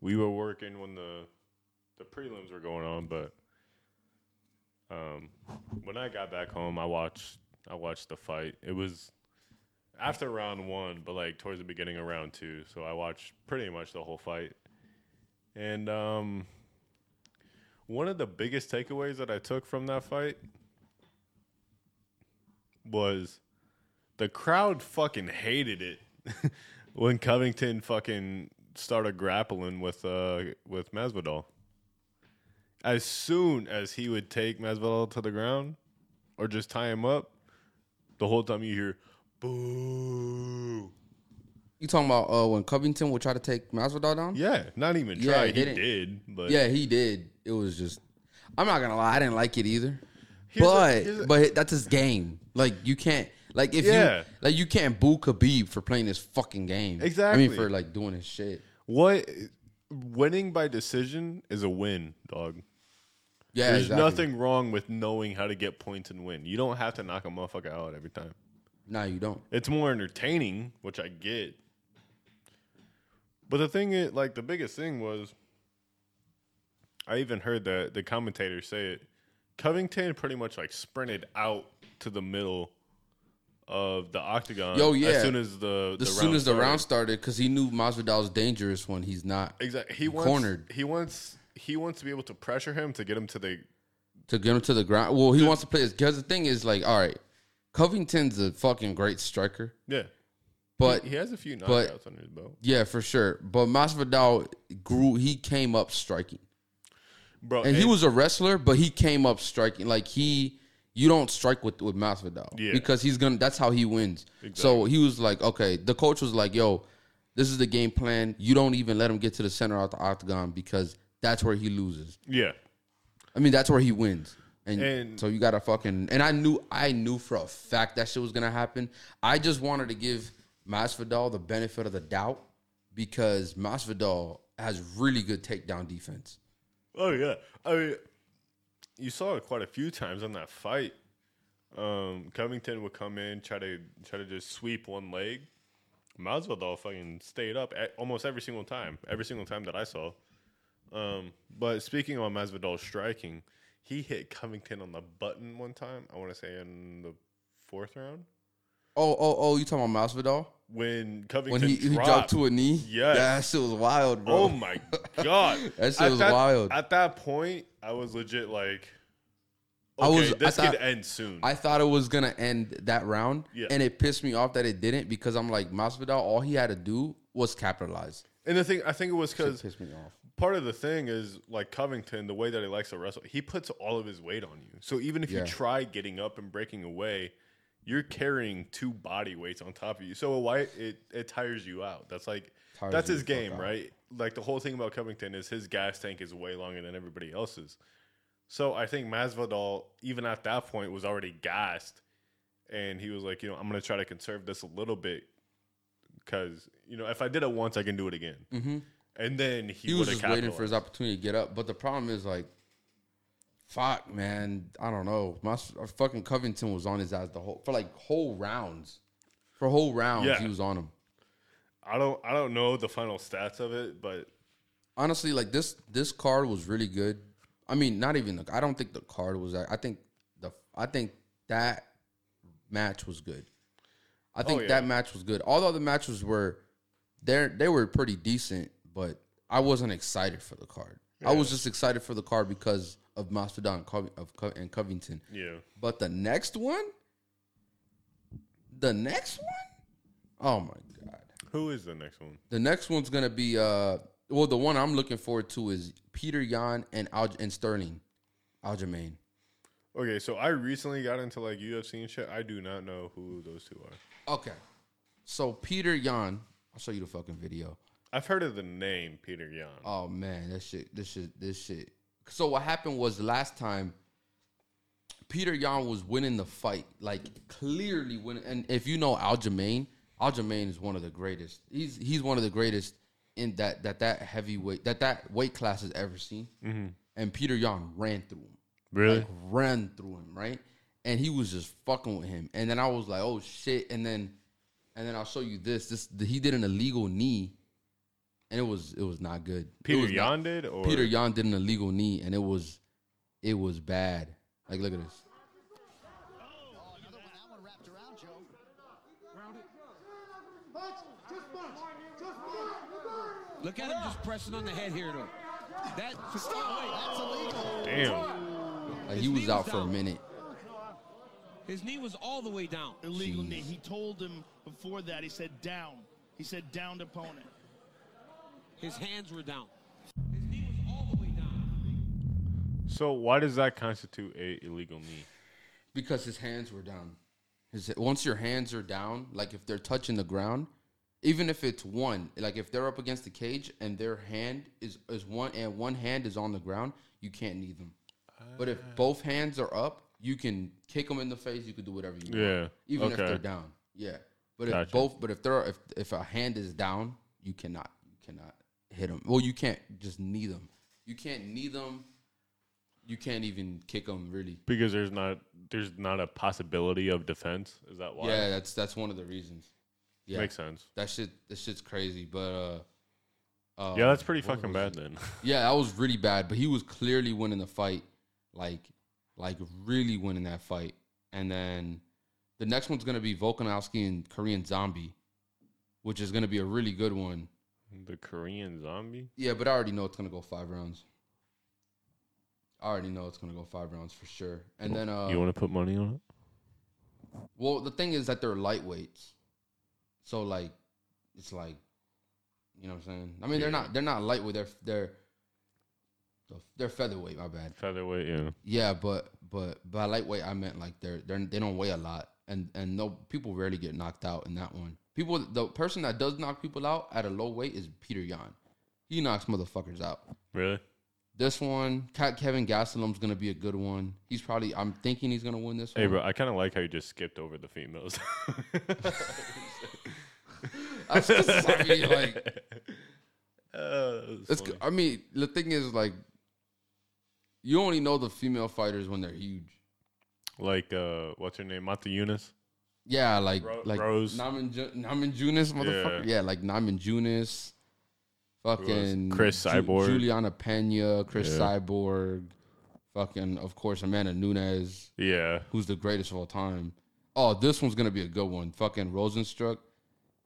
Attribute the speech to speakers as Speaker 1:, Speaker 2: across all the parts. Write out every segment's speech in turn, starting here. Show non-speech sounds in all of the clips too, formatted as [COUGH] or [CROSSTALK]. Speaker 1: we were working when the the prelims were going on, but um, when I got back home, I watched I watched the fight. It was after round one, but like towards the beginning of round two, so I watched pretty much the whole fight. And um, one of the biggest takeaways that I took from that fight was the crowd fucking hated it [LAUGHS] when Covington fucking started grappling with uh with Masvidal. As soon as he would take Masvidal to the ground or just tie him up, the whole time you hear boo.
Speaker 2: You talking about uh, when Covington would try to take Masvidal down?
Speaker 1: Yeah, not even
Speaker 2: Yeah,
Speaker 1: try.
Speaker 2: he
Speaker 1: he
Speaker 2: didn't.
Speaker 1: did, but
Speaker 2: Yeah, he did. It was just. I'm not gonna lie, I didn't like it either.
Speaker 1: Here's a-
Speaker 2: but
Speaker 1: here's a-
Speaker 2: but that's his game. Like you can't like if
Speaker 1: Yeah.
Speaker 2: you like you can't boo Khabib for playing his fucking game. I
Speaker 1: Exactly.
Speaker 2: mean for like doing his shit.
Speaker 1: what winning by decision is a win, dog.
Speaker 2: Yeah,
Speaker 1: There's
Speaker 2: exactly.
Speaker 1: nothing wrong with knowing how to get points and win. You don't have to knock a motherfucker out every time.
Speaker 2: No, you don't.
Speaker 1: It's more entertaining, which I get. But the thing is, like, the biggest thing was I even heard the, the commentator say it. Covington pretty much like sprinted out to the middle of the octagon.
Speaker 2: Yo, yeah.
Speaker 1: As soon as the, the
Speaker 2: As soon as the
Speaker 1: started.
Speaker 2: round started, because he knew Masvidal's dangerous when he's not
Speaker 1: Exactly. He wants,
Speaker 2: cornered.
Speaker 1: He wants he wants to be able to pressure him to get him to the
Speaker 2: to get him to the ground. Well, he wants to play. Because the thing is, like, all right, Covington's a fucking great striker,
Speaker 1: yeah.
Speaker 2: but
Speaker 1: he, he has a few knockouts
Speaker 2: but-
Speaker 1: under his belt,
Speaker 2: yeah, for sure. But Masvidal grew. He came up striking,
Speaker 1: bro.
Speaker 2: and he was a wrestler, but he came up striking. Like he, you don't strike with with Masvidal
Speaker 1: Yeah.
Speaker 2: because he's gonna. That's how he wins. So he was like, okay. The coach was like, yo, this is the game plan. You don't even let him get to the center of the octagon because that's where he loses.
Speaker 1: yeah.
Speaker 2: I mean, that's where he wins. And,
Speaker 1: And-
Speaker 2: so you gotta fucking and I knew I knew for a fact that shit was gonna happen. I just wanted to give Masvidal the benefit of the doubt because Masvidal has really good takedown defense.
Speaker 1: Oh yeah. I mean, you saw it quite a few times on that fight. Um, Covington would come in, try to try to just sweep one leg. Masvidal fucking stayed up at, almost every single time. Every single time that I saw. Um, but speaking on Masvidal striking, he hit Covington on the button one time. I want to say in the fourth round
Speaker 2: Oh oh oh! You talking about Masvidal
Speaker 1: when Covington
Speaker 2: when he, he
Speaker 1: dropped.
Speaker 2: dropped to a knee?
Speaker 1: Yes.
Speaker 2: yeah, that shit was wild, bro.
Speaker 1: Oh my god,
Speaker 2: [LAUGHS] That shit
Speaker 1: At
Speaker 2: was wild.
Speaker 1: At that point, I was legit like, okay,
Speaker 2: I was- I
Speaker 1: this
Speaker 2: thought-
Speaker 1: could end soon.
Speaker 2: I thought it was gonna end that round,
Speaker 1: Yeah.
Speaker 2: and it pissed me off that it didn't because I'm like Masvidal. All he had to do was capitalize.
Speaker 1: and the thing, I think it was
Speaker 2: It
Speaker 1: because
Speaker 2: pissed me off.
Speaker 1: part of the thing is like Covington, the way that he likes to wrestle, he puts all of his weight on you. So even if
Speaker 2: Yeah.
Speaker 1: you try getting up and breaking away, you're carrying two body weights on top of you. So why it it tires you out. That's like
Speaker 2: Tires
Speaker 1: that's
Speaker 2: you
Speaker 1: his
Speaker 2: the fuck
Speaker 1: game,
Speaker 2: out.
Speaker 1: right? Like the whole thing about Covington is his gas tank is way longer than everybody else's. So I think Masvidal, even at that point, was already gassed, and he was like, you know, I'm gonna try to conserve this a little bit, because you know, if I did it once, I can do it again. Mm-hmm. And then he,
Speaker 2: he was
Speaker 1: would
Speaker 2: just
Speaker 1: have
Speaker 2: waiting for his opportunity to get up. But the problem is like, fuck, man, I don't know. My s- uh, fucking Covington was on his ass the whole for like whole rounds, for whole rounds
Speaker 1: Yeah.
Speaker 2: he was on him.
Speaker 1: I don't I don't know the final stats of it, but
Speaker 2: Honestly, like this this card was really good. I mean, not even the, I don't think the card was. that- I think the I think that match was good. I think
Speaker 1: yeah.
Speaker 2: that match was good. All the other matches were they they were pretty decent, but I wasn't excited for the card. I was just excited for the card because of Masvidal and, Cov- of Co- and Covington.
Speaker 1: yeah.
Speaker 2: But the next one, the next one, oh my god,
Speaker 1: Who is the next one?
Speaker 2: the next one's gonna be uh, well, the one I'm looking forward to is Peter Yan and Al- and Sterling, Aljamain.
Speaker 1: Okay, so I recently got into like UFC and shit. I do not know who those two are.
Speaker 2: Okay, so Peter Yan, I'll show you the fucking video.
Speaker 1: I've heard of the name Peter Yan.
Speaker 2: Oh man, that shit, this shit, this shit. So what happened was last time, Peter Yan was winning the fight, like clearly winning. And if you know Aljamain, Aljamain is one of the greatest. He's he's one of the greatest in that that that heavyweight that that weight class has ever seen. And Peter Yan ran through him
Speaker 1: really?
Speaker 2: like ran through him, right? And he was just fucking with him. And then I was like, oh shit. And then and then I'll show you this. This he did an illegal knee and it was it was not good. It
Speaker 1: Peter
Speaker 2: was not-
Speaker 1: Yan did, or
Speaker 2: Peter Yan did an illegal knee, and it was it was bad. Like look at this.
Speaker 3: Oh, another one. That one wrapped around, Joe.
Speaker 4: Look at him just pressing on the head here, though. That oh,
Speaker 3: That's illegal.
Speaker 1: damn,
Speaker 2: Like he was out for a minute.
Speaker 4: his knee was all the way down.
Speaker 5: illegal knee. He told him before that. He said down. He said downed opponent.
Speaker 4: His hands were down. His knee was all the way down.
Speaker 1: so why does that constitute a illegal knee?
Speaker 2: Because his hands were down. His, once your hands are down, like if they're touching the ground, even if it's one, like if they're up against the cage and their hand is, is one and one hand is on the ground, you can't knee them. But if both hands are up, you can kick them in the face. You can do whatever you want,
Speaker 1: Yeah,
Speaker 2: even if
Speaker 1: okay.
Speaker 2: they're down. Yeah, but if
Speaker 1: Gotcha.
Speaker 2: both, but if they're if if a hand is down, you cannot you cannot hit them. Well, you can't just knee them. You can't knee them. You can't even kick them really.
Speaker 1: Because there's not there's not a possibility of defense. Is that why?
Speaker 2: Yeah, that's that's one of the reasons. Yeah,
Speaker 1: makes sense.
Speaker 2: that shit that shit's crazy. But uh, uh
Speaker 1: yeah, that's pretty
Speaker 2: what
Speaker 1: fucking
Speaker 2: was
Speaker 1: bad
Speaker 2: it?
Speaker 1: then.
Speaker 2: Yeah, that was really bad. But he was clearly winning the fight, like like really winning that fight. And then the next one's gonna be Volkanovski and Korean Zombie, which is gonna be a really good one.
Speaker 1: [LAUGHS] the Korean zombie.
Speaker 2: Yeah, but I already know it's gonna go five rounds. I already know it's gonna go five rounds for sure. And then uh,
Speaker 1: you want to put money on it?
Speaker 2: Well, the thing is that they're lightweights, so like, it's like, you know what I'm saying. I mean, they're not they're not lightweight. They're they're they're featherweight. My bad.
Speaker 1: Featherweight, yeah.
Speaker 2: Yeah, but but by lightweight I meant like they're they're they don't weigh a lot, and and no people rarely get knocked out in that one. People, the person that does knock people out at a low weight is Peter Yan. He knocks motherfuckers out.
Speaker 1: Really?
Speaker 2: This one, Ke- Kevin Gastelum's gonna be a good one. He's probably. I'm thinking he's gonna win this
Speaker 1: Hey,
Speaker 2: one.
Speaker 1: bro, I kind of like how you just skipped over the females. [LAUGHS] [LAUGHS]
Speaker 2: That's just- [LAUGHS] I mean, like.
Speaker 1: Uh,
Speaker 2: It's, I mean, the thing is, like, you only know the female fighters when they're huge.
Speaker 1: like uh, what's her name? Mata Yunus.
Speaker 2: Yeah, like
Speaker 1: Ro-
Speaker 2: like
Speaker 1: Rose.
Speaker 2: Naman Junis, motherfucker. Yeah, like Naman Junis, fucking
Speaker 1: Chris
Speaker 2: Ju-
Speaker 1: Cyborg.
Speaker 2: Juliana Pena, Chris Cyborg, fucking of course Amanda Nunes,
Speaker 1: Yeah,
Speaker 2: who's the greatest of all time. Oh, this one's gonna be a good one. Fucking Rosenstruck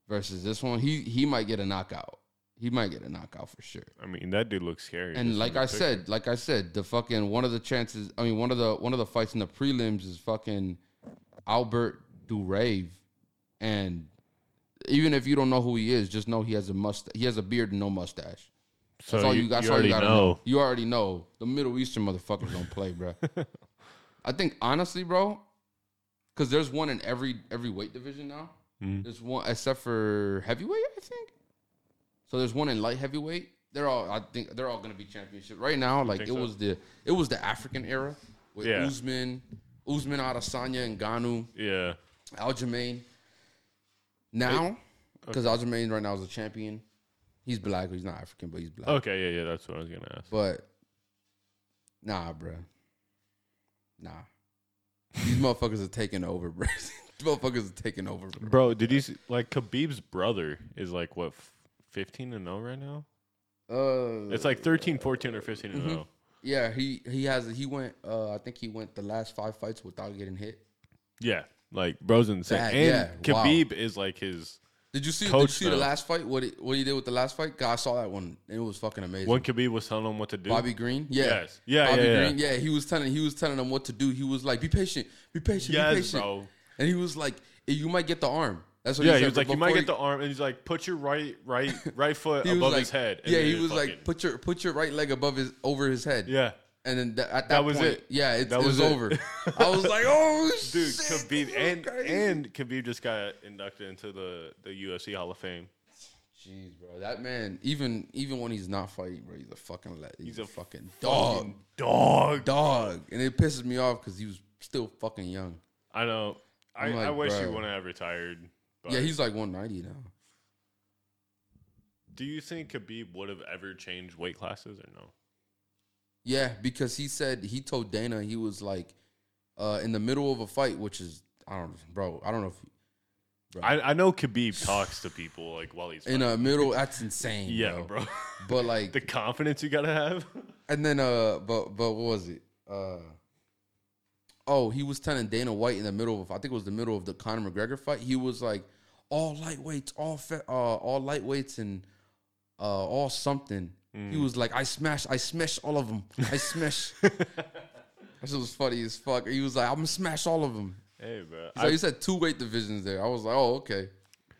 Speaker 2: versus this one. He he might get a knockout. He might get a knockout for sure.
Speaker 1: I mean that dude looks scary.
Speaker 2: And
Speaker 1: just
Speaker 2: like
Speaker 1: from the
Speaker 2: I
Speaker 1: picture.
Speaker 2: said, like I said, the fucking one of the chances. I mean, one of the one of the fights in the prelims is fucking Albert Durave, and even if you don't know who he is, just know he has a must. He has a beard and no mustache.
Speaker 1: so
Speaker 2: That's all you,
Speaker 1: you,
Speaker 2: that's
Speaker 1: you
Speaker 2: all
Speaker 1: already
Speaker 2: you gotta know.
Speaker 1: know.
Speaker 2: You already know the Middle Eastern motherfuckers don't play, bro.
Speaker 1: [LAUGHS]
Speaker 2: I think honestly, bro, because there's one in every every weight division now.
Speaker 1: Mm-hmm.
Speaker 2: There's one except for heavyweight, I think. So there's one in light heavyweight. They're all I think they're all gonna be championship right now. Like it
Speaker 1: think so?
Speaker 2: was the it was the African era with
Speaker 1: Yeah.
Speaker 2: Usman, Usman Adesanya and Ganu,
Speaker 1: Yeah,
Speaker 2: Aljamain. Now, because Aljamain right now is a champion. He's black. He's not African, but he's black.
Speaker 1: Okay, yeah, yeah, that's what I was gonna ask.
Speaker 2: But nah, bruh. Nah. These motherfuckers are taking over, bruh. [LAUGHS] These motherfuckers are taking over, bro.
Speaker 1: Bro, did you see, like Khabib's brother is like what, f- fifteen and zero right now?
Speaker 2: Uh, Mm-hmm.
Speaker 1: It's like 13, 14, or fifteen and oh. zero.
Speaker 2: yeah, he he has he went. Uh, I think he went the last five fights without getting hit.
Speaker 1: Yeah, like bro's insane.
Speaker 2: That-
Speaker 1: and
Speaker 2: yeah, wow.
Speaker 1: Khabib is like his.
Speaker 2: Did you see? did you
Speaker 1: Coach
Speaker 2: see the
Speaker 1: now.
Speaker 2: last fight? What he, what he did with the last fight? God, I saw that one. It was fucking amazing.
Speaker 1: When Khabib was telling him what to do,
Speaker 2: Bobby Green, yeah,
Speaker 1: Yes. Yeah,
Speaker 2: Bobby
Speaker 1: yeah, yeah.
Speaker 2: Green, yeah. He was telling he was telling them what to do. He was like, "Be patient, be patient,
Speaker 1: Yes,
Speaker 2: be patient."
Speaker 1: bro.
Speaker 2: And he was like, "You might get the arm." That's what
Speaker 1: yeah,
Speaker 2: he,
Speaker 1: he
Speaker 2: said,
Speaker 1: was like,
Speaker 2: but
Speaker 1: you might
Speaker 2: before
Speaker 1: get the arm, and he's like, put your right,
Speaker 2: [LAUGHS]
Speaker 1: right, right foot
Speaker 2: he was
Speaker 1: above
Speaker 2: like-
Speaker 1: his head. and
Speaker 2: Yeah,
Speaker 1: then
Speaker 2: he
Speaker 1: it
Speaker 2: was like,
Speaker 1: fucking-
Speaker 2: put your put your right leg above his over his head.
Speaker 1: yeah,
Speaker 2: and then th- at that,
Speaker 1: That was
Speaker 2: point,
Speaker 1: it.
Speaker 2: Yeah, it's,
Speaker 1: That
Speaker 2: it was,
Speaker 1: was it. [LAUGHS]
Speaker 2: over. I was like, oh
Speaker 1: dude,
Speaker 2: shit, this
Speaker 1: Khabib
Speaker 2: is
Speaker 1: and
Speaker 2: crazy.
Speaker 1: and Khabib just got inducted into the the UFC Hall of Fame.
Speaker 2: jeez, bro, that man, even even when he's not fighting, bro, he's a fucking le- he's,
Speaker 1: He's
Speaker 2: a,
Speaker 1: a
Speaker 2: fucking dog,
Speaker 1: Dog,
Speaker 2: dog, and it pisses me off because he was still fucking young.
Speaker 1: I know. I,
Speaker 2: I'm like,
Speaker 1: I wish
Speaker 2: bro.
Speaker 1: he wouldn't have retired. But
Speaker 2: Yeah, he's like 190 now.
Speaker 1: Do you think Khabib would have ever changed weight classes or no?
Speaker 2: Yeah, because he said he told Dana he was like uh in the middle of a fight, which is I don't bro, I don't know if
Speaker 1: I, I know Khabib talks to people like while he's
Speaker 2: in
Speaker 1: fighting.
Speaker 2: a middle. That's insane.
Speaker 1: yeah,
Speaker 2: bro.
Speaker 1: bro. [LAUGHS]
Speaker 2: But like,
Speaker 1: the confidence you gotta have. [LAUGHS]
Speaker 2: and then uh, but but what was it? Uh, oh, he was telling Dana White in the middle of I think it was the middle of the Conor McGregor fight. He was like, all lightweights, all fe- uh, all lightweights, and uh, all something. He was like, I smash, I smash all of them. I smash. that shit was funny as fuck. He was like, I'm gonna smash all of them.
Speaker 1: hey, bro.
Speaker 2: So you said two weight divisions there. I was like, oh okay.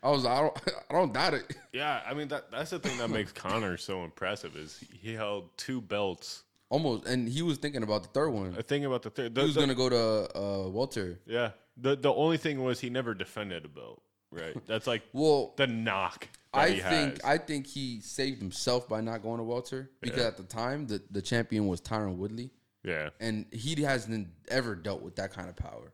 Speaker 2: I was like, I don't, [LAUGHS] I don't doubt it.
Speaker 1: yeah, I mean that that's the thing that makes Connor so impressive is he held two belts.
Speaker 2: Almost, and he was thinking about the third one.
Speaker 1: The thing about the third, the,
Speaker 2: He was
Speaker 1: the-
Speaker 2: gonna go to uh, Walter.
Speaker 1: yeah. The the only thing was he never defended a belt. Right.
Speaker 2: [LAUGHS]
Speaker 1: That's like
Speaker 2: Well,
Speaker 1: the knock. That
Speaker 2: I
Speaker 1: he has.
Speaker 2: think I think he saved himself by not going to Walter because at the time the, the champion was Tyron Woodley,
Speaker 1: yeah.
Speaker 2: and he hasn't ever dealt with that kind of power.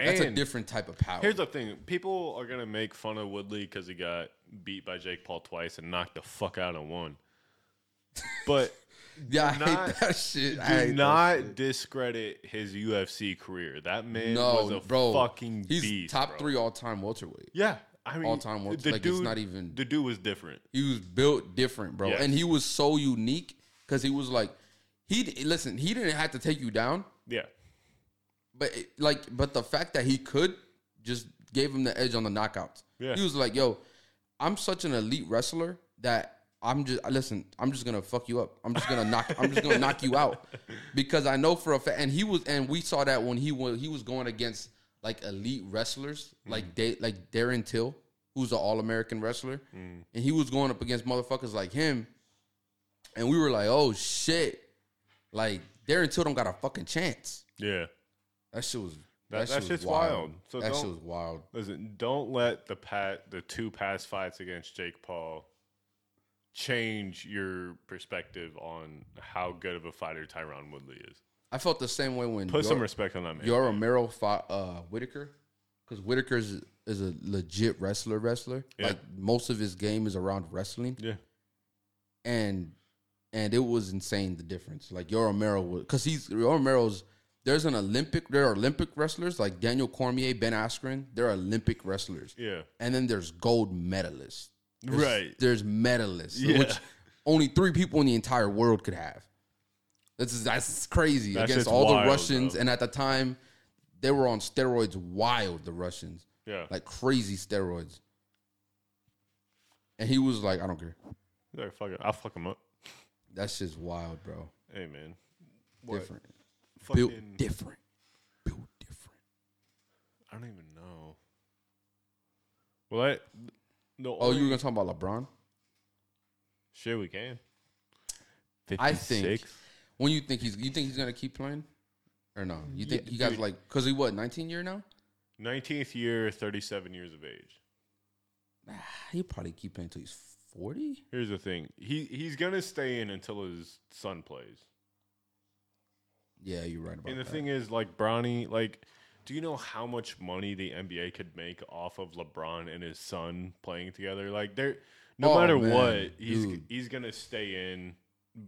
Speaker 1: And
Speaker 2: That's a different type of power.
Speaker 1: Here's the thing: people are gonna make fun of Woodley because he got beat by Jake Paul twice and knocked the fuck out of one.
Speaker 2: [LAUGHS]
Speaker 1: But
Speaker 2: yeah, I
Speaker 1: not-
Speaker 2: hate that shit. I hate
Speaker 1: do
Speaker 2: that
Speaker 1: not
Speaker 2: shit.
Speaker 1: discredit his UFC career. That man was
Speaker 2: No,
Speaker 1: a
Speaker 2: bro.
Speaker 1: fucking
Speaker 2: he's
Speaker 1: beast,
Speaker 2: top
Speaker 1: bro.
Speaker 2: three all time welterweight.
Speaker 1: Yeah, I mean,
Speaker 2: All-time world- like, it's not even-
Speaker 1: the dude was different.
Speaker 2: He was built different, bro.
Speaker 1: Yes.
Speaker 2: And he was so unique because he was like, he d- listen, he didn't have to take you down,
Speaker 1: Yeah,
Speaker 2: but it, like, but the fact that he could just gave him the edge on the knockouts.
Speaker 1: Yeah.
Speaker 2: He was like, yo, I'm such an elite wrestler that I'm just listen, I'm just gonna fuck you up. I'm just gonna knock, I'm just gonna knock you out because I know for a fact. And he was, and we saw that when he was he was going against like elite wrestlers, like Da- like Darren Till, who's an All American wrestler, and he was going up against motherfuckers like him, and we were like, oh shit, like Darren Till don't got a fucking chance.
Speaker 1: yeah.
Speaker 2: That shit was
Speaker 1: That-
Speaker 2: that,
Speaker 1: that
Speaker 2: shit was
Speaker 1: shit's
Speaker 2: wild.
Speaker 1: wild. So
Speaker 2: that shit
Speaker 1: don't-
Speaker 2: was wild.
Speaker 1: Listen, don't let the pat the two past fights against Jake Paul change your perspective on how good of a fighter Tyron Woodley is.
Speaker 2: I felt the same way when
Speaker 1: Put some
Speaker 2: Yor-
Speaker 1: respect on that man.
Speaker 2: Your Romero fought uh, Whitaker because Whitaker is, is a legit wrestler. Wrestler,
Speaker 1: Yeah.
Speaker 2: like most of his game is around wrestling,
Speaker 1: yeah.
Speaker 2: and and it was insane the difference. Like Your Romero was because he's Your Romero's. There's an Olympic. There are Olympic wrestlers like Daniel Cormier, Ben Askren. They're Olympic wrestlers,
Speaker 1: Yeah.
Speaker 2: and then there's gold medalists. There's-
Speaker 1: Right.
Speaker 2: There's medalists, which
Speaker 1: Yeah.
Speaker 2: only three people in the entire world could have. That's that's crazy
Speaker 1: That
Speaker 2: against
Speaker 1: shit's
Speaker 2: all
Speaker 1: wild,
Speaker 2: the Russians,
Speaker 1: bro.
Speaker 2: and at the time, they were on steroids, wild the Russians,
Speaker 1: Yeah.
Speaker 2: like crazy steroids. And he was like, "I don't care.
Speaker 1: He's like, fuck it. I'll fuck him up.
Speaker 2: That's just wild, bro.
Speaker 1: Hey, man.
Speaker 2: Different, built
Speaker 1: Fucking,
Speaker 2: different, built different."
Speaker 1: I don't even know. Well, I, the
Speaker 2: Oh, you were
Speaker 1: only-
Speaker 2: gonna talk about LeBron?
Speaker 1: Shit, we can.
Speaker 2: I think-
Speaker 1: 56?
Speaker 2: When you think he's, you think he's gonna keep playing, or no? You think
Speaker 1: Yeah,
Speaker 2: he got
Speaker 1: dude.
Speaker 2: like because he what 19 year now?
Speaker 1: 19th year, 37 years of age.
Speaker 2: Ah, He probably keep playing until he's 40.
Speaker 1: Here's the thing. He he's gonna stay in until his son plays.
Speaker 2: Yeah, you're right about
Speaker 1: And the
Speaker 2: that.
Speaker 1: thing is, like Bronny, like, do you know how much money the NBA could make off of LeBron and his son playing together? Like, they're no
Speaker 2: Oh,
Speaker 1: matter
Speaker 2: man,
Speaker 1: what, he's
Speaker 2: dude.
Speaker 1: he's gonna stay in.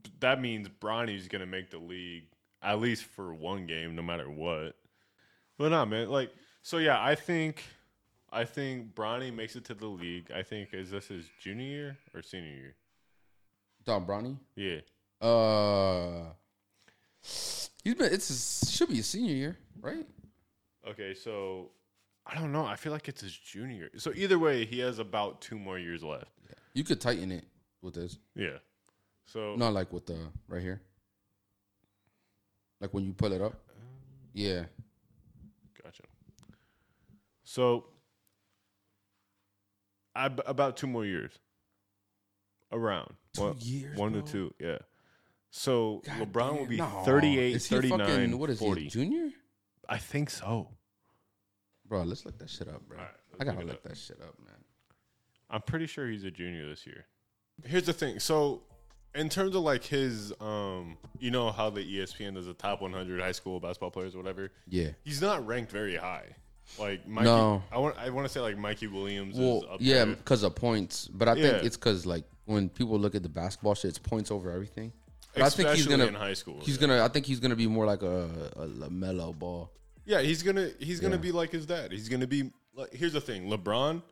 Speaker 1: B- That means Bronny's gonna make the league at least for one game, no matter what. But nah, man. Like, so yeah, I think. I think Bronny makes it to the league. I think is this his junior year or senior
Speaker 2: Don Brownie.
Speaker 1: year? Yeah,
Speaker 2: Uh, he's been. It's his, should be his senior year, right?
Speaker 1: Okay, so I don't know. I feel like it's his junior. So either way, he has about two more years left.
Speaker 2: You could tighten it with this,
Speaker 1: Yeah. So
Speaker 2: not like with the right here, like when you pull it up. Yeah,
Speaker 1: gotcha. So I, about two more years. Around two
Speaker 2: years,
Speaker 1: one to
Speaker 2: bro?
Speaker 1: two, yeah. So
Speaker 2: God
Speaker 1: LeBron will
Speaker 2: damn,
Speaker 1: be
Speaker 2: no.
Speaker 1: 38,
Speaker 2: Is he a
Speaker 1: 39,
Speaker 2: fucking- What is
Speaker 1: 40.
Speaker 2: he, a junior?
Speaker 1: I think so.
Speaker 2: Bro, let's look that shit up, bro.
Speaker 1: Alright, let's
Speaker 2: I gotta
Speaker 1: look it
Speaker 2: look
Speaker 1: up.
Speaker 2: that shit up, man.
Speaker 1: I'm pretty sure he's a junior this year. Here's the thing. So, in terms of like his, um, you know how the E ESPN does the top 100 high school basketball players, or whatever.
Speaker 2: Yeah.
Speaker 1: He's not ranked very high. Like Mikey,
Speaker 2: No.
Speaker 1: I want I want to say like Mikey Williams is
Speaker 2: Well,
Speaker 1: up
Speaker 2: yeah,
Speaker 1: there.
Speaker 2: because of points, but I
Speaker 1: Yeah.
Speaker 2: think it's because like when people look at the basketball shit, it's points over everything. But I think he's
Speaker 1: Especially
Speaker 2: gonna
Speaker 1: in high school,
Speaker 2: He's
Speaker 1: yeah.
Speaker 2: gonna. I think he's gonna be more like a, a Lamelo ball.
Speaker 1: Yeah, he's gonna he's gonna
Speaker 2: Yeah.
Speaker 1: be like his dad. He's gonna be like, here's the thing, LeBron,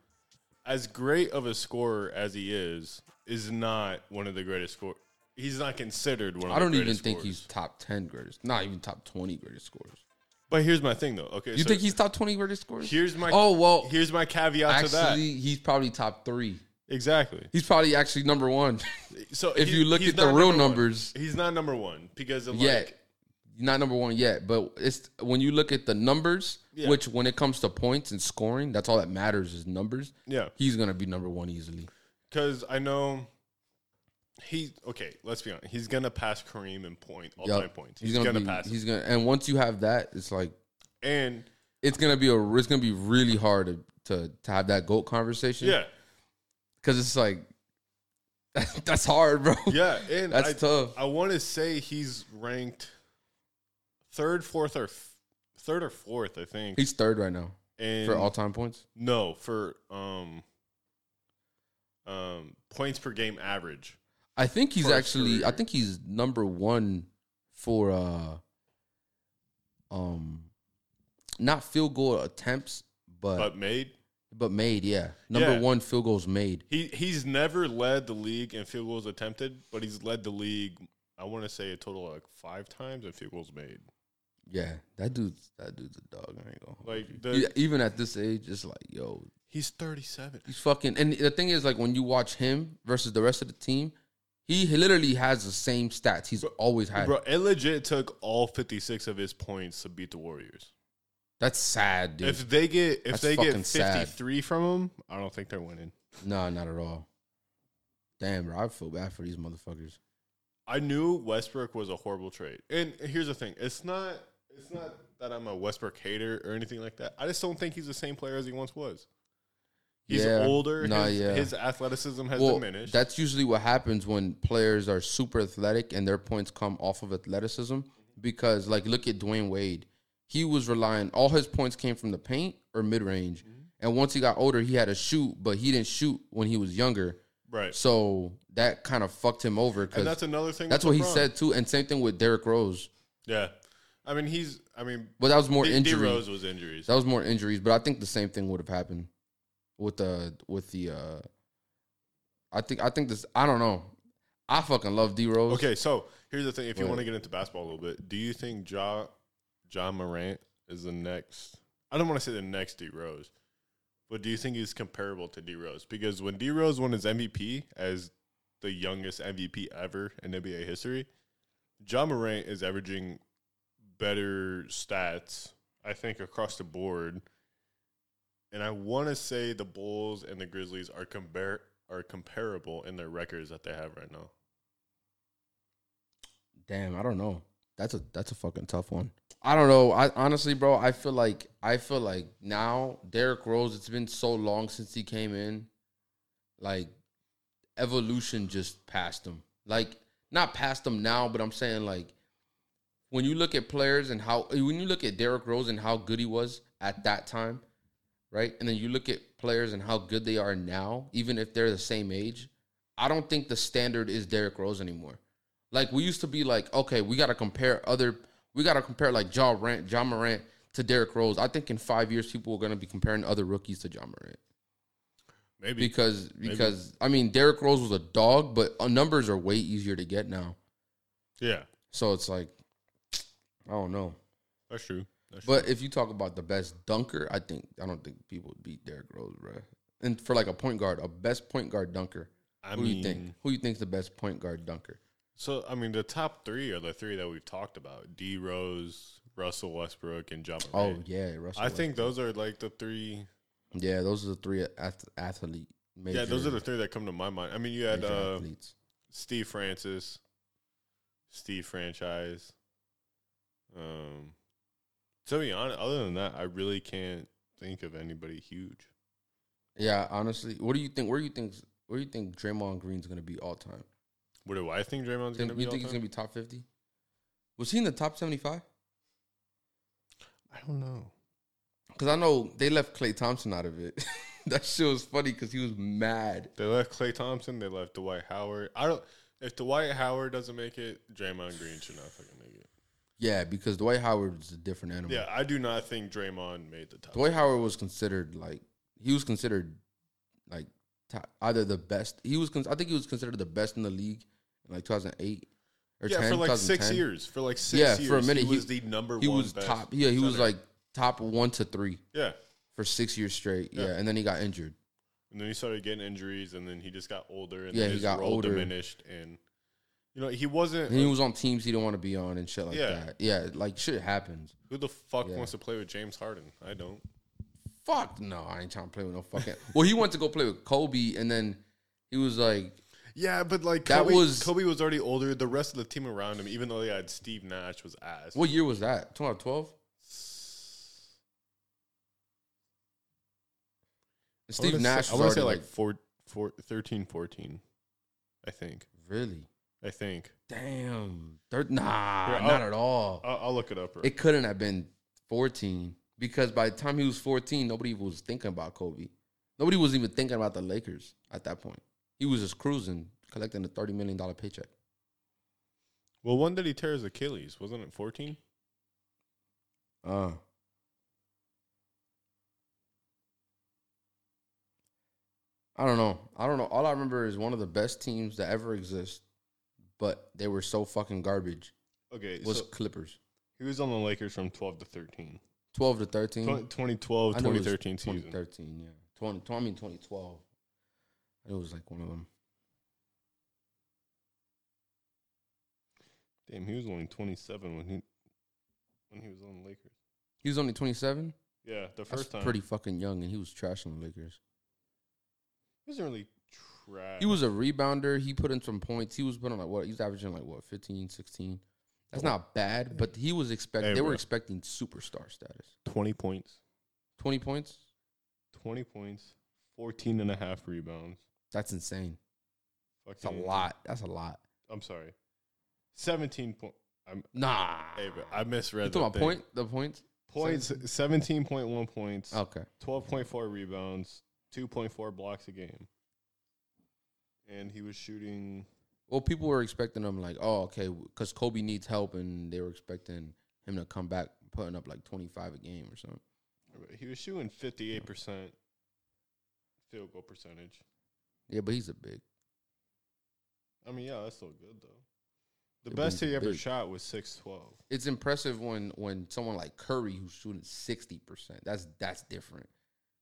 Speaker 1: as great of a scorer as he is, is not one of the greatest scorers. He's not considered one. of
Speaker 2: I don't
Speaker 1: the
Speaker 2: even
Speaker 1: greatest
Speaker 2: think
Speaker 1: scorers.
Speaker 2: he's top ten greatest. Not even top twenty greatest scorers.
Speaker 1: But here's my thing, though. Okay,
Speaker 2: You
Speaker 1: so
Speaker 2: think he's top twenty greatest scorers?
Speaker 1: here's my
Speaker 2: Oh well,
Speaker 1: here's my caveat
Speaker 2: actually,
Speaker 1: to that.
Speaker 2: he's probably top three.
Speaker 1: Exactly.
Speaker 2: He's probably actually number one. [LAUGHS]
Speaker 1: So
Speaker 2: If you look
Speaker 1: he's
Speaker 2: at the
Speaker 1: not
Speaker 2: real
Speaker 1: number one.
Speaker 2: numbers-
Speaker 1: he's not number one because of like
Speaker 2: yet. Not number one yet, but it's when you look at the numbers,
Speaker 1: Yeah.
Speaker 2: which when it comes to points and scoring, that's all that matters is numbers.
Speaker 1: yeah.
Speaker 2: He's gonna be number one easily.
Speaker 1: Because I know he okay. Let's be honest. He's gonna pass Kareem in point all
Speaker 2: Yup.
Speaker 1: time points. He's, gonna,
Speaker 2: be,
Speaker 1: pass. him.
Speaker 2: He's gonna, and once you have that, it's like
Speaker 1: and
Speaker 2: it's gonna be a it's gonna be really hard to to, to have that goat conversation.
Speaker 1: yeah,
Speaker 2: because it's like [LAUGHS] that's hard, bro.
Speaker 1: yeah. And
Speaker 2: [LAUGHS] that's
Speaker 1: I,
Speaker 2: tough.
Speaker 1: I want to say he's ranked third, fourth, or f- third or fourth. I think.
Speaker 2: He's third right now
Speaker 1: and
Speaker 2: for all time points.
Speaker 1: no for um um points per game average.
Speaker 2: I think he's
Speaker 1: For his
Speaker 2: actually. I
Speaker 1: career.
Speaker 2: think he's number one for uh, um, not field goal attempts, but but,
Speaker 1: But made
Speaker 2: made. Yeah, number
Speaker 1: Yeah.
Speaker 2: one field goals made.
Speaker 1: he he's never led the league in field goals attempted, but he's led the league. I want to say a total of like five times in field goals made.
Speaker 2: Yeah, that dude's that dude's a dog. I ain't gonna hold
Speaker 1: Like
Speaker 2: you.
Speaker 1: the,
Speaker 2: E- even at this age, it's like yo,
Speaker 1: he's 37.
Speaker 2: he's fucking. And the thing is, like when you watch him versus the rest of the team, he literally has the same stats he's always had.
Speaker 1: Bro, it legit took all 56 of his points to beat the Warriors.
Speaker 2: That's sad, dude.
Speaker 1: If they get if
Speaker 2: That's
Speaker 1: they get
Speaker 2: fucking sad.
Speaker 1: 53 from him, I don't think they're winning.
Speaker 2: nah, not at all. Damn, bro, I feel bad for these motherfuckers.
Speaker 1: I knew Westbrook was a horrible trade. And here's the thing, it's not it's not that I'm a Westbrook hater or anything like that. I just don't think he's the same player as he once was. He's
Speaker 2: Yeah.
Speaker 1: older.
Speaker 2: Nah,
Speaker 1: his,
Speaker 2: yeah.
Speaker 1: his athleticism has diminished.
Speaker 2: That's usually what happens when players are super athletic and their points come off of athleticism. Because, like, look at Dwayne Wade. He was relying, all his points came from the paint or mid range.
Speaker 1: Mm-hmm.
Speaker 2: And once he got older, he had to shoot, but he didn't shoot when he was younger.
Speaker 1: right.
Speaker 2: So that kind of fucked him over. Because
Speaker 1: and that's
Speaker 2: that's,
Speaker 1: another thing. with
Speaker 2: what he
Speaker 1: LeBron.
Speaker 2: said, too. And same thing with Derrick Rose.
Speaker 1: Yeah. I mean, he's I mean,
Speaker 2: But that was more
Speaker 1: D, D
Speaker 2: injury.
Speaker 1: Rose was injuries.
Speaker 2: That was more injuries, but I think the same thing would have happened with the with the. uh I think I think this. I don't know. I fucking love D Rose.
Speaker 1: Okay, so here's the thing: if you
Speaker 2: What?
Speaker 1: want to get into basketball a little bit, do you think Ja Ja Morant is the next? I don't want to say the next D Rose, but do you think he's comparable to D Rose? Because when D Rose won his MVP as the youngest MVP ever in NBA history, Ja Morant is averaging better stats, I think, across the board. And I want to say the Bulls and the Grizzlies are compar- are comparable in their records that they have right now.
Speaker 2: Damn, I don't know. That's a that's a fucking tough one. I don't know. I honestly, bro, I feel like I feel like now Derrick Rose. It's been so long since he came in. Like evolution just passed him. Like not past him now, but I'm saying like when you look at players and how when you look at Derrick Rose and how good he was at that time, right? And then you look at players and how good they are now, even if they're the same age. I don't think the standard is Derrick Rose anymore. Like we used to be like, okay, we gotta compare other we gotta compare like John Morant, John Morant to Derrick Rose. I think in five years people are gonna be comparing other rookies to John Morant.
Speaker 1: Maybe
Speaker 2: Because because I mean Derrick Rose was a dog, but uh, numbers are way easier to get now.
Speaker 1: Yeah,
Speaker 2: So it's like I don't know.
Speaker 1: that's true. That's true.
Speaker 2: But if you talk about the best dunker, I think I don't think people would beat Derrick Rose, bro. And for like a point guard, a best point guard dunker,
Speaker 1: I
Speaker 2: who
Speaker 1: mean,
Speaker 2: you think? Who you think's the best point guard dunker?
Speaker 1: so I mean, the top three are the three that we've talked about: D. Rose, Russell Westbrook, and John.
Speaker 2: Oh yeah, Russell.
Speaker 1: I think those are like the three.
Speaker 2: Westbrook. yeah, those are the three ath- athlete. Major,
Speaker 1: yeah, those are the three that come to my mind. I mean, you had
Speaker 2: major
Speaker 1: uh,
Speaker 2: athletes.
Speaker 1: Steve Francis, Steve Franchise. Um, to be honest, other than that, I really can't think of anybody huge.
Speaker 2: Yeah, honestly, what do you think? Where do you think? Where do you think Draymond Green's gonna be all time?
Speaker 1: What do I think Draymond's
Speaker 2: Think,
Speaker 1: gonna be?
Speaker 2: you think he's gonna be top fifty? Was he in the top seventy five?
Speaker 1: I don't know.
Speaker 2: Because I know they left Clay Thompson out of it. [LAUGHS] that shit was funny because he was mad.
Speaker 1: They left Clay Thompson. They left Dwight Howard. I don't. If Dwight Howard doesn't make it, Draymond Green should not fucking make it.
Speaker 2: Yeah, because Dwight Howard is a different animal.
Speaker 1: Yeah, I do not think Draymond made the top.
Speaker 2: Dwight Howard was considered like he was considered like top, either the best. He was con- I think he was considered the best in the league in like 2008 or
Speaker 1: yeah,
Speaker 2: 10,
Speaker 1: for like six
Speaker 2: 2010.
Speaker 1: years. For like six
Speaker 2: yeah,
Speaker 1: years.
Speaker 2: for a minute
Speaker 1: he was the number
Speaker 2: He
Speaker 1: one.
Speaker 2: was
Speaker 1: best
Speaker 2: top. Yeah, he was
Speaker 1: center.
Speaker 2: like top one to three
Speaker 1: Yeah.
Speaker 2: for six years straight. Yeah,
Speaker 1: Yeah.
Speaker 2: and then he got injured.
Speaker 1: And then he started getting injuries, and then he just got older, and
Speaker 2: Yeah,
Speaker 1: then
Speaker 2: he
Speaker 1: his
Speaker 2: got
Speaker 1: role
Speaker 2: older.
Speaker 1: diminished, and you know he wasn't.
Speaker 2: And he was on teams he didn't want to be on and shit like
Speaker 1: Yeah.
Speaker 2: that. Yeah, like shit happens.
Speaker 1: who the fuck
Speaker 2: Yeah.
Speaker 1: wants to play with James Harden? I don't.
Speaker 2: Fuck no, I ain't trying to play with no fucking. well, he went to go play with Kobe, and then he was like,
Speaker 1: Yeah, but like
Speaker 2: That
Speaker 1: Kobe,
Speaker 2: was-
Speaker 1: Kobe was already older. The rest of the team around him, even though they had Steve Nash, was ass.
Speaker 2: "What year was that? 2012?" And
Speaker 1: I wanna
Speaker 2: Steve Nash
Speaker 1: Say, I
Speaker 2: was
Speaker 1: want
Speaker 2: already
Speaker 1: to say
Speaker 2: like,
Speaker 1: like four, four, 13, 14. I think.
Speaker 2: really.
Speaker 1: I think.
Speaker 2: Damn, Thir- nah,
Speaker 1: Here, I'll-
Speaker 2: not at all.
Speaker 1: I'll, I'll look it up. Right.
Speaker 2: It couldn't have been 14 because by the time he was 14, nobody was thinking about Kobe. Nobody was even thinking about the Lakers at that point. He was just cruising, collecting a $30 million paycheck.
Speaker 1: well, when did he tear his Achilles? Wasn't it fourteen?
Speaker 2: Uh. I don't know. I don't know. All I remember is one of the best teams that ever exist, but they were so fucking garbage.
Speaker 1: Okay,
Speaker 2: Was
Speaker 1: so
Speaker 2: Clippers.
Speaker 1: he was on the Lakers from twelve to thirteen.
Speaker 2: 12 to 13.
Speaker 1: 2012,
Speaker 2: I know it was
Speaker 1: 2013 Oh, season.
Speaker 2: 2013, yeah. 20, 20, I mean 2012. It was like one of them.
Speaker 1: Damn, he was only 27 when he when he was on the Lakers.
Speaker 2: He was only 27.
Speaker 1: Yeah, the
Speaker 2: That's
Speaker 1: first time.
Speaker 2: pretty fucking young, and he was trash on the Lakers.
Speaker 1: He wasn't really trash.
Speaker 2: He was a rebounder. He put in some points. He was putting like what? He was averaging like what 15, 16. That's not bad, but he was expecting.
Speaker 1: Hey,
Speaker 2: they were
Speaker 1: bro.
Speaker 2: expecting superstar status.
Speaker 1: 20 points.
Speaker 2: 20 points.
Speaker 1: 20 points, 14 and a half rebounds.
Speaker 2: That's insane. That's a
Speaker 1: Fucking-
Speaker 2: lot. That's a lot.
Speaker 1: I'm sorry. 17 points. I'm
Speaker 2: Nah.
Speaker 1: hey, bro, I misread
Speaker 2: you talking
Speaker 1: that
Speaker 2: about
Speaker 1: thing.
Speaker 2: point? The points.
Speaker 1: Points 17.1 points,
Speaker 2: Okay.
Speaker 1: 12.4 rebounds, 2.4 blocks a game. And he was shooting
Speaker 2: Well, people were expecting him like, oh, okay, because Kobe needs help, and they were expecting him to come back putting up like twenty five a game or something.
Speaker 1: he was shooting 58% field goal percentage.
Speaker 2: Yeah, but he's a big.
Speaker 1: I mean, yeah, that's still good though. The
Speaker 2: Yeah, but
Speaker 1: best
Speaker 2: he's
Speaker 1: he ever
Speaker 2: big.
Speaker 1: shot was six twelve.
Speaker 2: It's impressive when when someone like Curry who's shooting sixty percent. That's that's different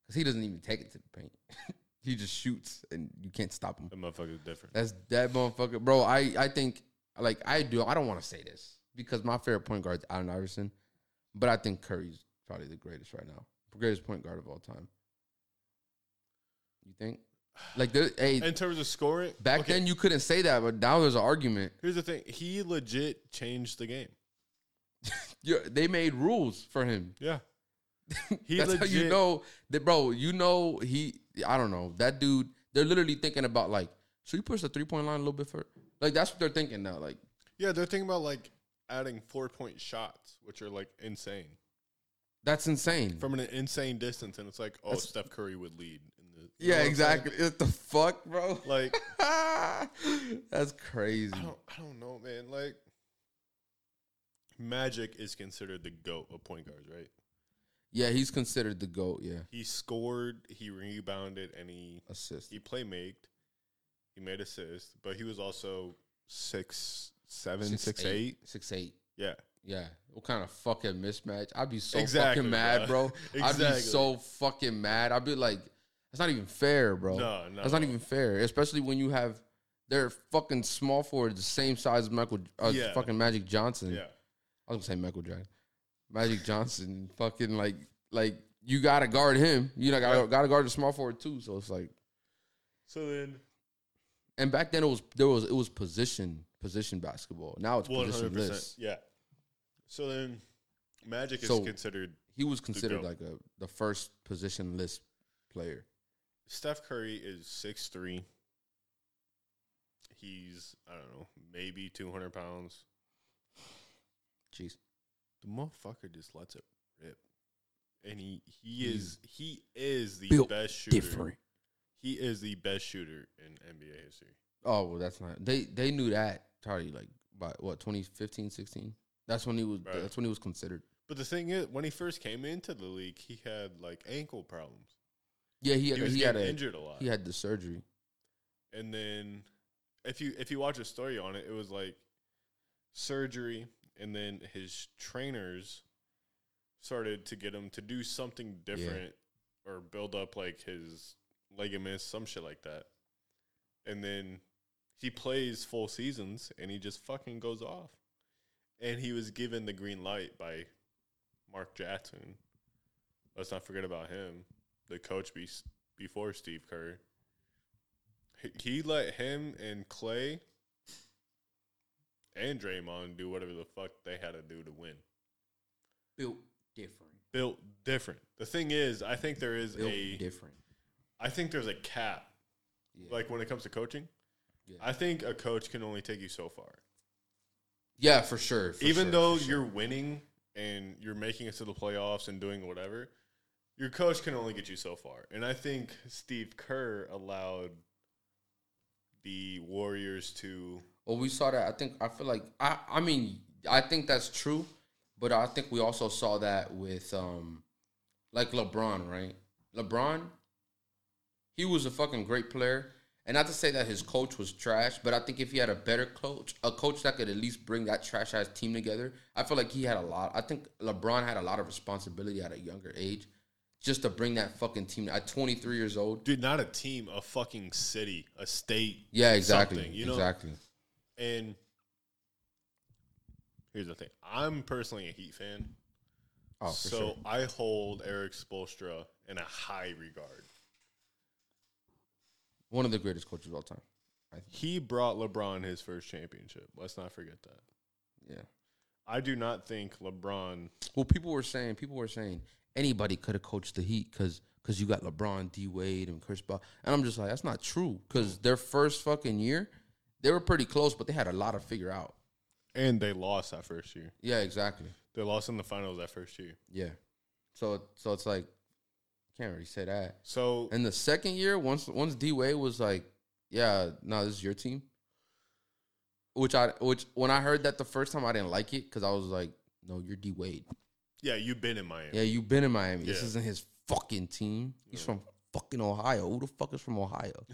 Speaker 2: because he doesn't even take it to the paint. [LAUGHS] he just shoots, and you can't stop him.
Speaker 1: That motherfucker's different.
Speaker 2: That's that motherfucker, bro. I I think like I do. I don't want to say this because my favorite point guard is Allen Iverson, but I think Curry's probably the greatest right now, greatest point guard of all time. You think? Like, there, hey,
Speaker 1: In terms of scoring,
Speaker 2: back
Speaker 1: okay,
Speaker 2: then you couldn't say that, but now there's an argument.
Speaker 1: here's the thing: he legit changed the game.
Speaker 2: you they made rules for him.
Speaker 1: Yeah, he
Speaker 2: [LAUGHS] That's how you know that, bro. You know he. I don't know that dude. They're literally thinking about like, should we push the three point line a little bit further? Like that's what they're thinking now. Like,
Speaker 1: Yeah, they're thinking about like adding four point shots, which are like insane
Speaker 2: that's insane.
Speaker 1: from an insane distance, and it's like, oh,
Speaker 2: That's-
Speaker 1: Steph Curry would lead. In the, you know
Speaker 2: Yeah,
Speaker 1: what I'm
Speaker 2: exactly. What the fuck, bro?
Speaker 1: saying? Like,
Speaker 2: [LAUGHS] That's crazy.
Speaker 1: I don't, I don't know, man. Like, Magic is considered the goat of point guards, right?
Speaker 2: Yeah, he's considered the GOAT, yeah.
Speaker 1: He scored, he rebounded, and he
Speaker 2: Assist.
Speaker 1: he play made, he made assists, but he was also six seven, six eight.
Speaker 2: Six eight.
Speaker 1: Yeah,
Speaker 2: Yeah. What kind of fucking mismatch? I'd be so
Speaker 1: Exactly,
Speaker 2: fucking mad,
Speaker 1: bro.
Speaker 2: bro.
Speaker 1: [LAUGHS]
Speaker 2: I'd be
Speaker 1: Exactly.
Speaker 2: so fucking mad. I'd be like, that's not even fair, bro.
Speaker 1: No, no.
Speaker 2: That's not even fair. Especially when you have their fucking small forward the same size as Michael uh,
Speaker 1: Yeah.
Speaker 2: fucking Magic Johnson.
Speaker 1: yeah.
Speaker 2: I was gonna say Michael Jackson, Magic Johnson, fucking like like you gotta guard him. You know, gotta,
Speaker 1: Yeah.
Speaker 2: gotta guard the small forward too. So it's like,
Speaker 1: So then,
Speaker 2: and back then it was there was it was position position basketball. Now it's
Speaker 1: one hundred
Speaker 2: positionless.
Speaker 1: percent. Yeah. So then, Magic is
Speaker 2: So-
Speaker 1: considered.
Speaker 2: He was considered
Speaker 1: goat.
Speaker 2: like a the first positionless player.
Speaker 1: Steph Curry is six three. He's I don't know maybe two hundred pounds.
Speaker 2: Jeez,
Speaker 1: The motherfucker just lets it rip, and he he is he is the
Speaker 2: Built
Speaker 1: best shooter.
Speaker 2: different.
Speaker 1: He is the best shooter in NBA history.
Speaker 2: Oh well, that's not they. They knew that probably like by what 2015, 16? That's when he was.
Speaker 1: Right.
Speaker 2: That's when he was considered.
Speaker 1: But the thing is, when he first came into the league, he had like ankle problems.
Speaker 2: Yeah, he had.
Speaker 1: He
Speaker 2: He,
Speaker 1: was
Speaker 2: had
Speaker 1: getting
Speaker 2: a.
Speaker 1: injured a lot.
Speaker 2: He had the surgery.
Speaker 1: and then if you if you watch a story on it, it was like surgery, and then his trainers started to get him to do something different or build up like his ligaments, some shit like that. And then he plays full seasons, and he just fucking goes off. And he was given the green light by Mark Jackson. Let's not forget about him, the coach be, before Steve Kerr. He- He let him and Clay and Draymond do whatever the fuck they had to do to win.
Speaker 2: Built different.
Speaker 1: Built different. The thing is, I think there is
Speaker 2: Built
Speaker 1: a I
Speaker 2: different.
Speaker 1: think there's a cap.
Speaker 2: Yeah.
Speaker 1: Like when it comes to coaching,
Speaker 2: Yeah.
Speaker 1: I think a coach can only take you so far.
Speaker 2: Yeah, for sure. for
Speaker 1: Even
Speaker 2: sure,
Speaker 1: though
Speaker 2: for sure.
Speaker 1: you're winning and you're making it to the playoffs and doing whatever, your coach can only get you so far. And I think Steve Kerr allowed the Warriors to
Speaker 2: Well, we saw that. I think I feel like I. I mean, I think that's true, but I think we also saw that with um, like LeBron, right? LeBron, he was a fucking great player, and not to say that his coach was trash, but I think if he had a better coach, a coach that could at least bring that trash ass team together, I feel like he had a lot. I think LeBron had a lot of responsibility at a younger age, just to bring that fucking team at 23 years old.
Speaker 1: Dude, not a team, a fucking city, a state.
Speaker 2: Yeah, exactly,
Speaker 1: something, you know?
Speaker 2: exactly.
Speaker 1: And here's the thing I'm personally a Heat fan.
Speaker 2: Oh, for
Speaker 1: so
Speaker 2: sure.
Speaker 1: I hold Eric Spolstra in a high regard.
Speaker 2: One of the greatest coaches of all time.
Speaker 1: He brought LeBron his first championship. Let's not forget that.
Speaker 2: Yeah.
Speaker 1: I do not think LeBron.
Speaker 2: Well, people were saying, people were saying anybody could have coached the Heat because because you got LeBron, D Wade, and Chris Paul, and I'm just like, that's not true because their first fucking year, they were pretty close, but they had a lot to figure out.
Speaker 1: And they lost that first year.
Speaker 2: Yeah, exactly.
Speaker 1: They lost in the finals that first year.
Speaker 2: Yeah, so so it's like can't really say that.
Speaker 1: So
Speaker 2: And the second year, once once D Wade was like, yeah, no, this is your team. Which I which when I heard that the first time I didn't like it because I was like, no, you're D Wade.
Speaker 1: yeah, you've been in Miami.
Speaker 2: Yeah, you've been in Miami. This
Speaker 1: Yeah.
Speaker 2: isn't his fucking team. He's from fucking Ohio. Who the fuck is from Ohio?